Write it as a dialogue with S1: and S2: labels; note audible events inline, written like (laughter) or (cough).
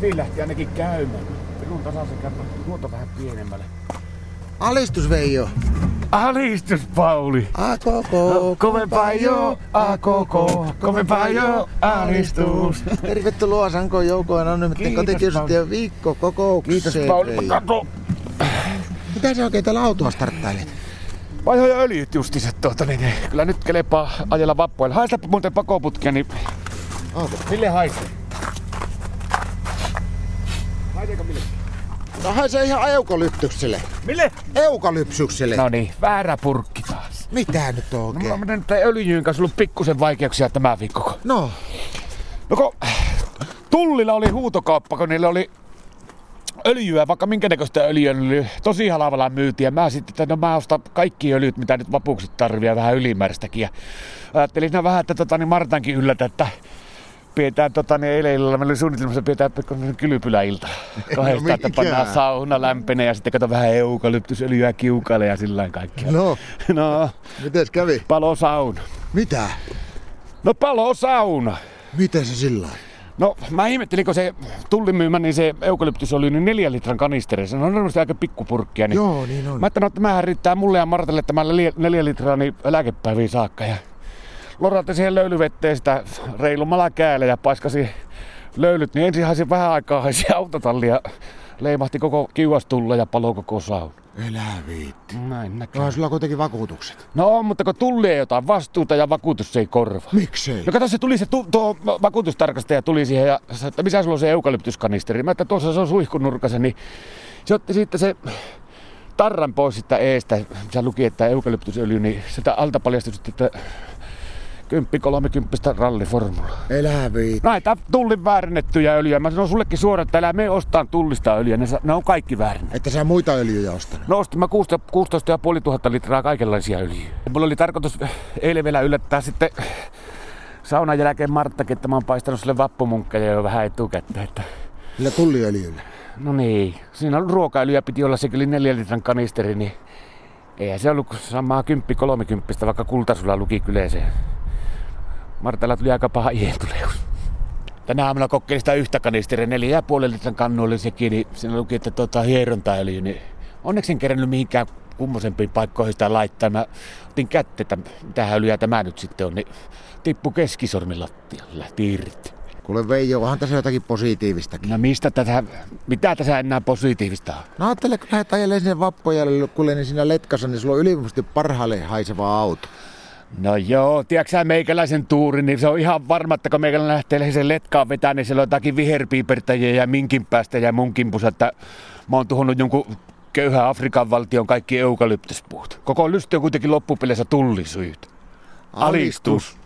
S1: villähti ainakin käymään. Pirun tasaisen kerran tuota vähän pienemmälle.
S2: Alistus Veijo.
S1: Alistus, niin, Pauli!
S2: A koko.
S1: No, Kovempaa jo, a koko, kovempaa jo, alistus.
S2: Tervetuloa Sanko Joukoon Anonyymitten
S1: Kiitos,
S2: kotikiusattujen viikko kokoukseen.
S1: Kiitos, Pauli.
S2: Veijo.
S1: Kato,
S2: Mitä sä oikein tällä autoa starttailet?
S1: vanhoja öljyt justiset tuota, niin eh, kyllä nyt kelepaa ajella vappuilla. Haistapa muuten pakoputkea, niin...
S2: Auto.
S1: Mille haisee? Haiseeko mille?
S2: No haisee ihan eukalyptykselle.
S1: Mille?
S2: Eukalypsykselle.
S1: No niin, väärä purkki taas.
S2: Mitä nyt on
S1: No, mulla
S2: oikein?
S1: on nyt tämän öljyyn kanssa ollut pikkusen vaikeuksia tämä viikko.
S2: No,
S1: No kun Tullilla oli huutokauppa, kun niillä oli öljyä, vaikka minkä näköistä öljyä ne oli tosi halvalla myytiin. Ja mä sitten, että no mä ostan kaikki öljyt, mitä nyt vapuksi tarvii ja vähän ylimääräistäkin. Ja ajattelin siinä vähän, että tota, niin Martankin yllätä, että pidetään tota, niin eilen illalla, meillä oli suunnitelmassa pidetään pikkuinen kylpyläilta. Kahdesta,
S2: (laughs) No
S1: että pannaan
S2: mikä?
S1: sauna lämpenee ja sitten kato vähän eukalyptusöljyä kiukaille ja sillä lailla
S2: (laughs)
S1: kaikkea.
S2: no,
S1: No,
S2: mites kävi?
S1: palo sauna.
S2: Mitä?
S1: No palo sauna.
S2: Miten se sillä on?
S1: No mä ihmettelin, kun se tullimyymä, niin se eukalyptus oli niin neljän litran kanisteri. Se on normaalisti aika pikkupurkkia. Niin
S2: Joo, niin on.
S1: Mä ajattelin, että tämähän riittää mulle ja Martalle tämä neljä- neljä litraa niin eläkepäiviin saakka. Ja lorautti siihen löylyvetteen sitä reilummalla kädellä ja paiskasi löylyt. Niin ensin haisi vähän aikaa haisi autotallia. Leimahti koko kiuastulla ja palo koko sauna.
S2: Elä viitti.
S1: Näin näkyy.
S2: No, sulla on kuitenkin vakuutukset.
S1: No on, mutta kun tulli ei jotain vastuuta ja vakuutus ei korvaa.
S2: Miksei?
S1: No kato, se tuli se tu- tuo vakuutustarkastaja tuli siihen ja sanoi, että missä sulla on se eukalyptuskanisteri. Mä että tuossa se on suihkunurkassa, niin se otti siitä se tarran pois sitä eestä, missä luki, että eukalyptusöljy, niin sitä alta paljastui sitten, että 10 30 ralliformula.
S2: Elä viitti.
S1: Näitä tullin väärennettyjä öljyjä. Mä sanon "No sullekin suoraan, että älä me ostaan tullista öljyä. Ne, sa- ne on kaikki väärin.
S2: Että sä muita öljyjä ostanut.
S1: No ostin mä 16 16,5 litraa kaikenlaisia öljyjä. Mulla oli tarkoitus äh, eilen vielä yllättää sitten äh, saunan jälkeen Marttakin, että mä oon paistanut sille vappumunkkeja jo vähän etukäteen. Että...
S2: Sillä tulliöljyllä.
S1: No niin, siinä on ruokailuja, piti olla se kyllä neljän litran kanisteri, niin eihän se ollut samaa kymppi kolmikymppistä, vaikka kultasulla luki kyleeseen. Martalla tuli aika paha ientuleus. Tänä aamuna kokeilin sitä yhtä kanisteria, neljä ja puolen litran kannu oli sekin, niin siinä luki, että tuota, hierontaöljy, niin onneksi en kerännyt mihinkään kummosempiin paikkoihin sitä laittaa. Mä otin kättä, että mitä hälyä tämä nyt sitten on, niin tippu keskisormin lattialle, tiirit.
S2: Kuule Veijo, onhan tässä jotakin positiivistakin.
S1: No mistä tätä, mitä tässä enää positiivista on?
S2: No ajattele, kun lähdet ajelee sinne vappojalle, kuule niin siinä letkassa, niin sulla on ylivoimaisesti parhaalle haiseva auto.
S1: No joo, tiedätkö sä meikäläisen tuuri, niin se on ihan varma, että kun meikäläinen lähtee sen letkaan vetää, niin siellä on jotakin viherpiipertäjiä ja minkin päästä ja mun kimpussa, että mä oon tuhonnut jonkun köyhän Afrikan valtion kaikki eukalyptuspuut. Koko lysti on kuitenkin loppupeleissä tullisyyt. Alistus.